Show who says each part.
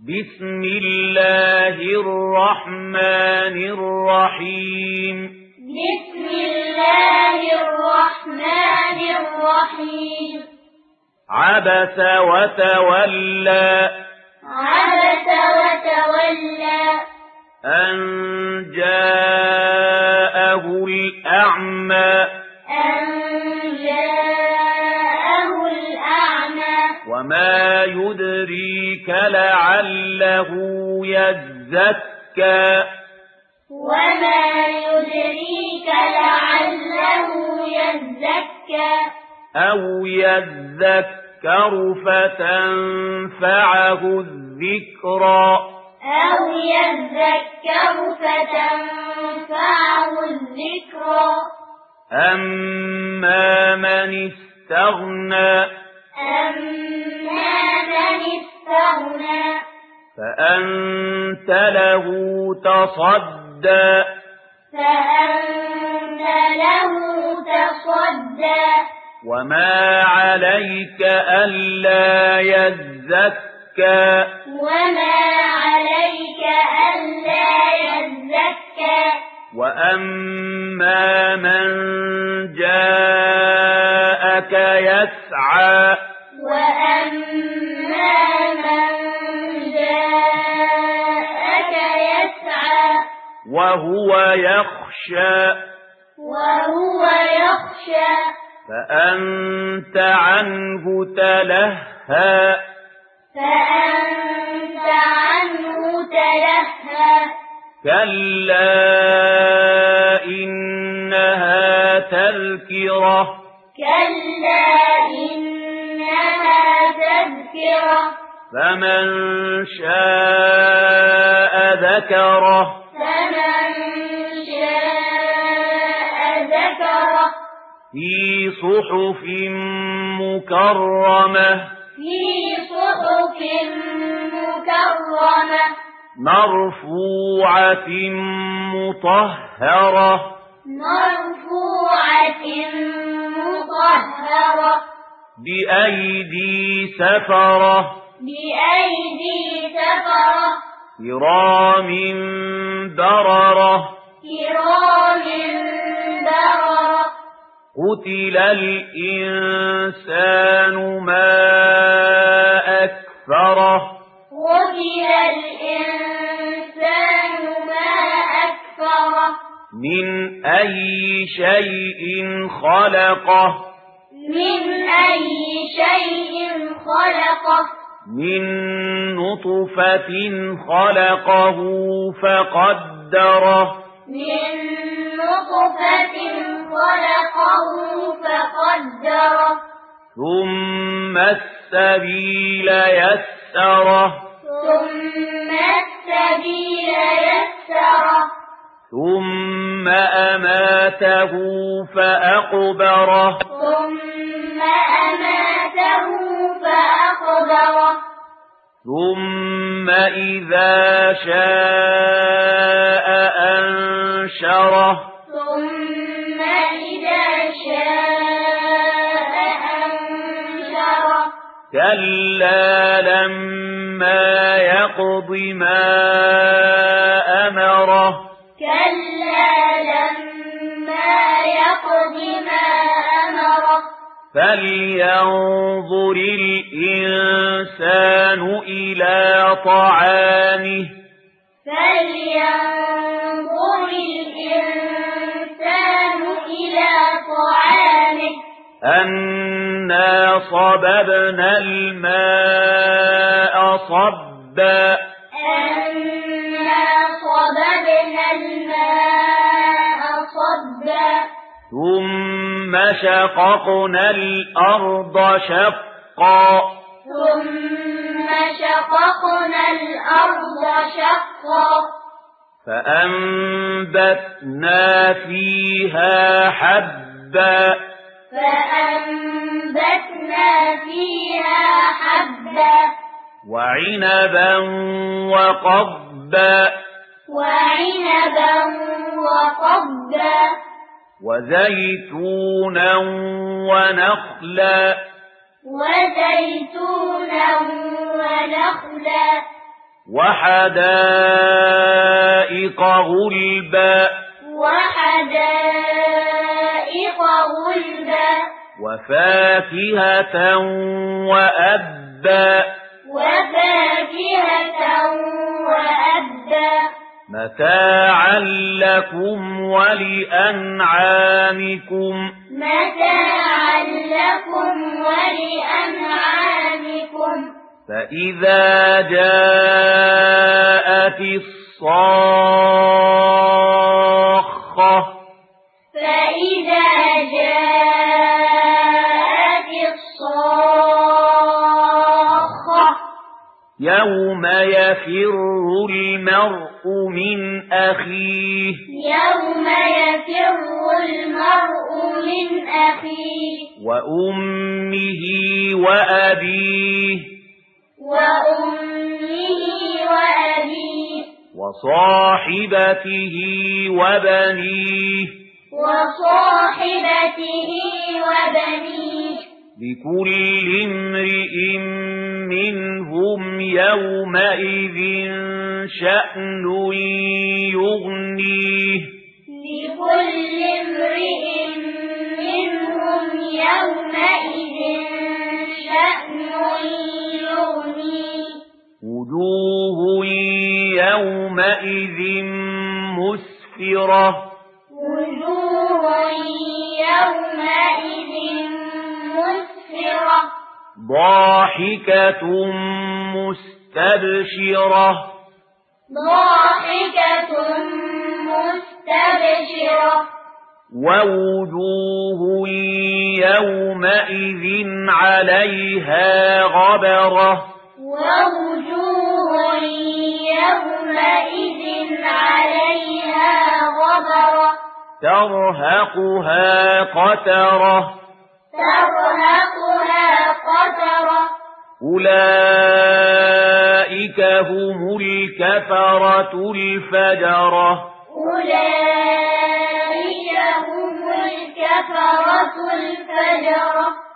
Speaker 1: بسم الله الرحمن الرحيم
Speaker 2: بسم الله الرحمن الرحيم
Speaker 1: عبس وتولى
Speaker 2: عبس وتولى
Speaker 1: أن جاءه الأعمى
Speaker 2: أن جاءه الأعمى
Speaker 1: وما يدريك لعله يزكى
Speaker 2: وما يدريك لعله يزكى
Speaker 1: أو يذكر فتنفعه الذكرى
Speaker 2: أو يذكر فتنفعه الذكرى
Speaker 1: أما من استغنى
Speaker 2: أما من استغنى
Speaker 1: فأنت له تصدى
Speaker 2: فأنت له تصدى
Speaker 1: وما عليك ألا يزكى
Speaker 2: وما عليك ألا يزكى
Speaker 1: وأما من جاءك يسعى
Speaker 2: وأما من جاءك يسعى
Speaker 1: وهو يخشى
Speaker 2: وهو يخشى
Speaker 1: فأنت عنه تلهى
Speaker 2: فأنت عنه تلهى
Speaker 1: كلا إنها تذكرة
Speaker 2: كلا إنها تذكرة
Speaker 1: فمن شاء ذكره
Speaker 2: فمن شاء ذكره
Speaker 1: في صحف مكرمة
Speaker 2: في صحف مكرمة
Speaker 1: مرفوعة مطهرة
Speaker 2: مرفوعة مطهرة
Speaker 1: بأيدي سفرة
Speaker 2: بأيدي سفرة
Speaker 1: كرام بررة
Speaker 2: كرام بررة
Speaker 1: قتل الإنسان ما أكفره
Speaker 2: قتل الإنسان ما أكفره
Speaker 1: من أي شيء خلقه
Speaker 2: من أي شيء خلقه
Speaker 1: من نطفة خلقه فقدره
Speaker 2: من نطفة خلقه فقدره
Speaker 1: ثم السبيل يسره
Speaker 2: ثم السبيل يسره
Speaker 1: ثم أماته فأقبره
Speaker 2: ثم أماته فأقبره
Speaker 1: ثم إذا شاء أنشره
Speaker 2: ثم إذا شاء أنشره
Speaker 1: كلا لما يقض ما أمره
Speaker 2: كلا لما يقض ما أمره
Speaker 1: فلينظر الإنسان إلى طعامه
Speaker 2: فلينظر الإنسان إلى طعامه
Speaker 1: أنا صببنا الماء صبا
Speaker 2: أنا صببنا الماء صبا
Speaker 1: ثم شققنا الأرض شقا
Speaker 2: ثم شققنا الأرض شقا
Speaker 1: فأنبتنا فيها حبا
Speaker 2: فأنبتنا فيها حبا
Speaker 1: وعنبا وقبا
Speaker 2: وعنبا وقبا
Speaker 1: وزيتونا ونخلا
Speaker 2: وزيتونا ونخلا
Speaker 1: وحدائق غلبا
Speaker 2: وحدائق غلبا
Speaker 1: وفاكهة وأبا
Speaker 2: وفاكهة وأبا
Speaker 1: متاعا لكم ولأنعامكم
Speaker 2: متاعا لكم ولأنعامكم
Speaker 1: فإذا جاءت الصاخة
Speaker 2: فإذا جاءت الصاخة
Speaker 1: يوم يفر المرء من أخيه
Speaker 2: يوم يفر المرء من أخيه
Speaker 1: وأمه وأبيه
Speaker 2: وأمه وأبيه
Speaker 1: وصاحبته وبنيه
Speaker 2: وصاحبته وبنيه
Speaker 1: لكل امرئ منهم يومئذ شأن يغنيه
Speaker 2: لكل امرئ منهم يومئذ شأن يغنيه
Speaker 1: وجوه يومئذ مسفرة
Speaker 2: وجوه يومئذ مسفرة
Speaker 1: ضاحكة مستبشرة
Speaker 2: ضاحكة مستبشرة
Speaker 1: ووجوه يومئذ عليها غبرة
Speaker 2: ووجوه يومئذ عليها غبرة
Speaker 1: ترهقها قترة
Speaker 2: ترهقها قترة
Speaker 1: أولئك هم الكفرة الفجرة
Speaker 2: أولئك هم الكفرة الفجرة